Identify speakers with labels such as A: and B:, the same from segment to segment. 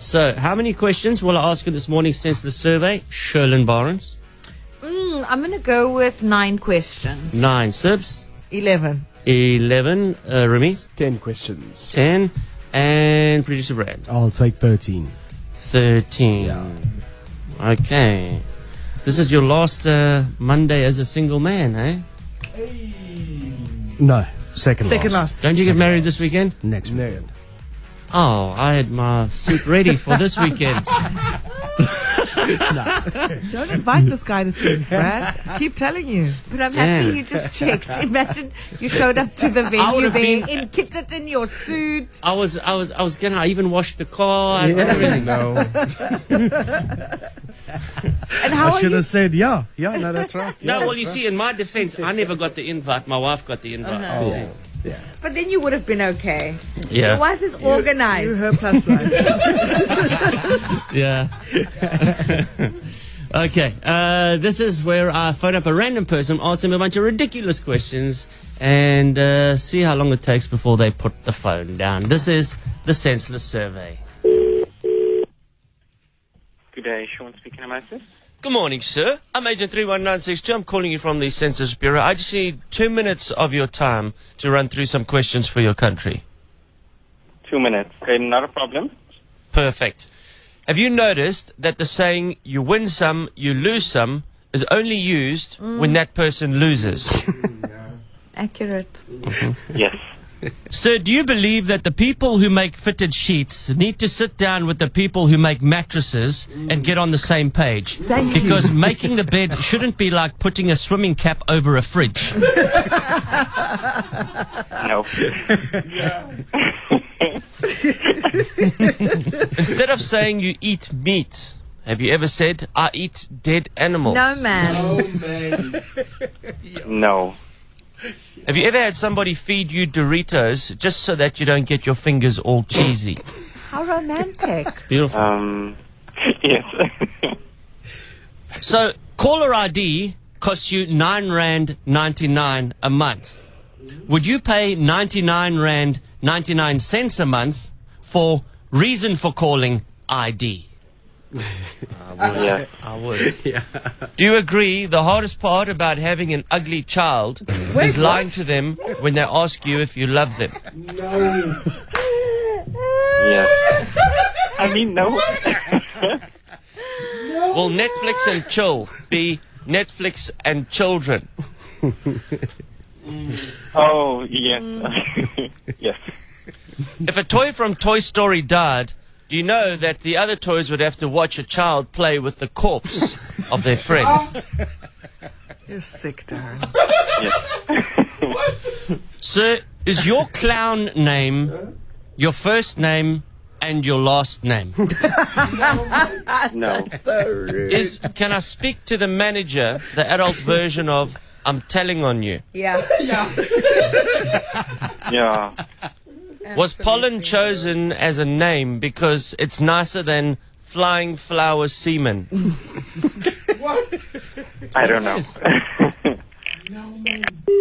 A: So, how many questions will I ask you this morning since the survey? Sherlyn Barnes.
B: Mm, I'm going to go with nine questions.
A: Nine sibs.
C: 11.
A: 11, uh, Remy.
D: 10 questions.
A: 10. And producer Brad.
E: I'll take 13.
A: 13. Okay. This is your last uh, Monday as a single man, eh?
E: No, second,
C: Second
E: last.
C: last.
A: Don't you get married this weekend?
E: Next
D: No.
E: weekend.
A: Oh, I had my suit ready for this weekend.
C: Don't invite this guy to things, Brad. Keep telling you.
B: But I'm
A: Damn.
B: happy you just checked. Imagine you showed up to the venue
A: would've
B: there
A: been-
B: in kitted in your suit.
A: I was, I was, I was gonna. I even washed the car. I-
D: No.
B: And how
E: I
B: are
E: should
B: you?
E: have said, yeah, yeah, no, that's right.
A: No,
E: Yeah,
A: well,
E: that's
A: you
E: right.
A: see, in my defense, I never got the invite. My wife got the invite. You see.
B: But then you would have been okay. Your
A: Yeah.
B: wife is organized.
C: You're her plus size.
A: Yeah. okay. Uh, this is where I phone up a random person, ask them a bunch of ridiculous questions, and uh, see how long it takes before they put the phone down. This is the senseless survey.
F: Good day, Sean speaking to Moses.
A: Good morning, sir. I'm Agent 31962. I'm calling you from the Census Bureau. I just need two minutes of your time to run through some questions for your country.
F: Two minutes. Okay, not a problem.
A: Perfect. Have you noticed that the saying, you win some, you lose some, is only used
C: Mm.
A: when that person loses?
B: Accurate.
F: Yes.
A: Sir, do you believe that the people who make fitted sheets need to sit down with the people who make mattresses and get on the same page?
C: Thank you.
A: because making the bed shouldn't be like putting a swimming cap over a fridge.
F: No.
A: Instead of saying you eat meat, have you ever said, I eat dead animals?
B: No, man.
F: No.
A: Have you ever had somebody feed you Doritos just so that you don't get your fingers all cheesy?
B: How romantic.
A: Beautiful.
F: Um. Yes.
A: So caller ID costs you nine rand ninety nine a month. Would you pay ninety nine rand ninety nine cents a month for reason for calling ID?
F: yes.
A: I would. Do you agree the hardest part about having an ugly child is lying to them when they ask you if you love them?
F: Yes. I mean, no.
A: Will Netflix and chill be Netflix and children?
F: Oh, yes. yes.
A: If a toy from Toy Story died, do you know that the other toys would have to watch a child play with the corpse of their friend?
C: You're sick, darling.
A: Sir, is your clown name your first name and your last name?
F: No.
A: Is can I speak to the manager, the adult version of I'm telling on you?
B: Yeah.
F: Yeah.
A: Was pollen chosen as a name because it's nicer than flying flower semen?
F: I don't know.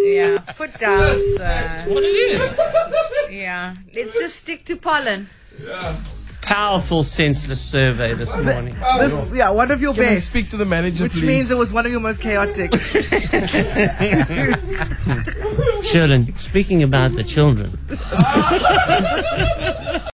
B: Yeah. Put down, sir.
A: What it is?
B: Yeah. Let's just stick to pollen.
A: Powerful senseless survey this morning.
C: This, yeah, one of your
D: Can I
C: best.
D: speak to the manager,
C: which
D: please?
C: means it was one of your most chaotic.
A: Shirley, speaking about the children.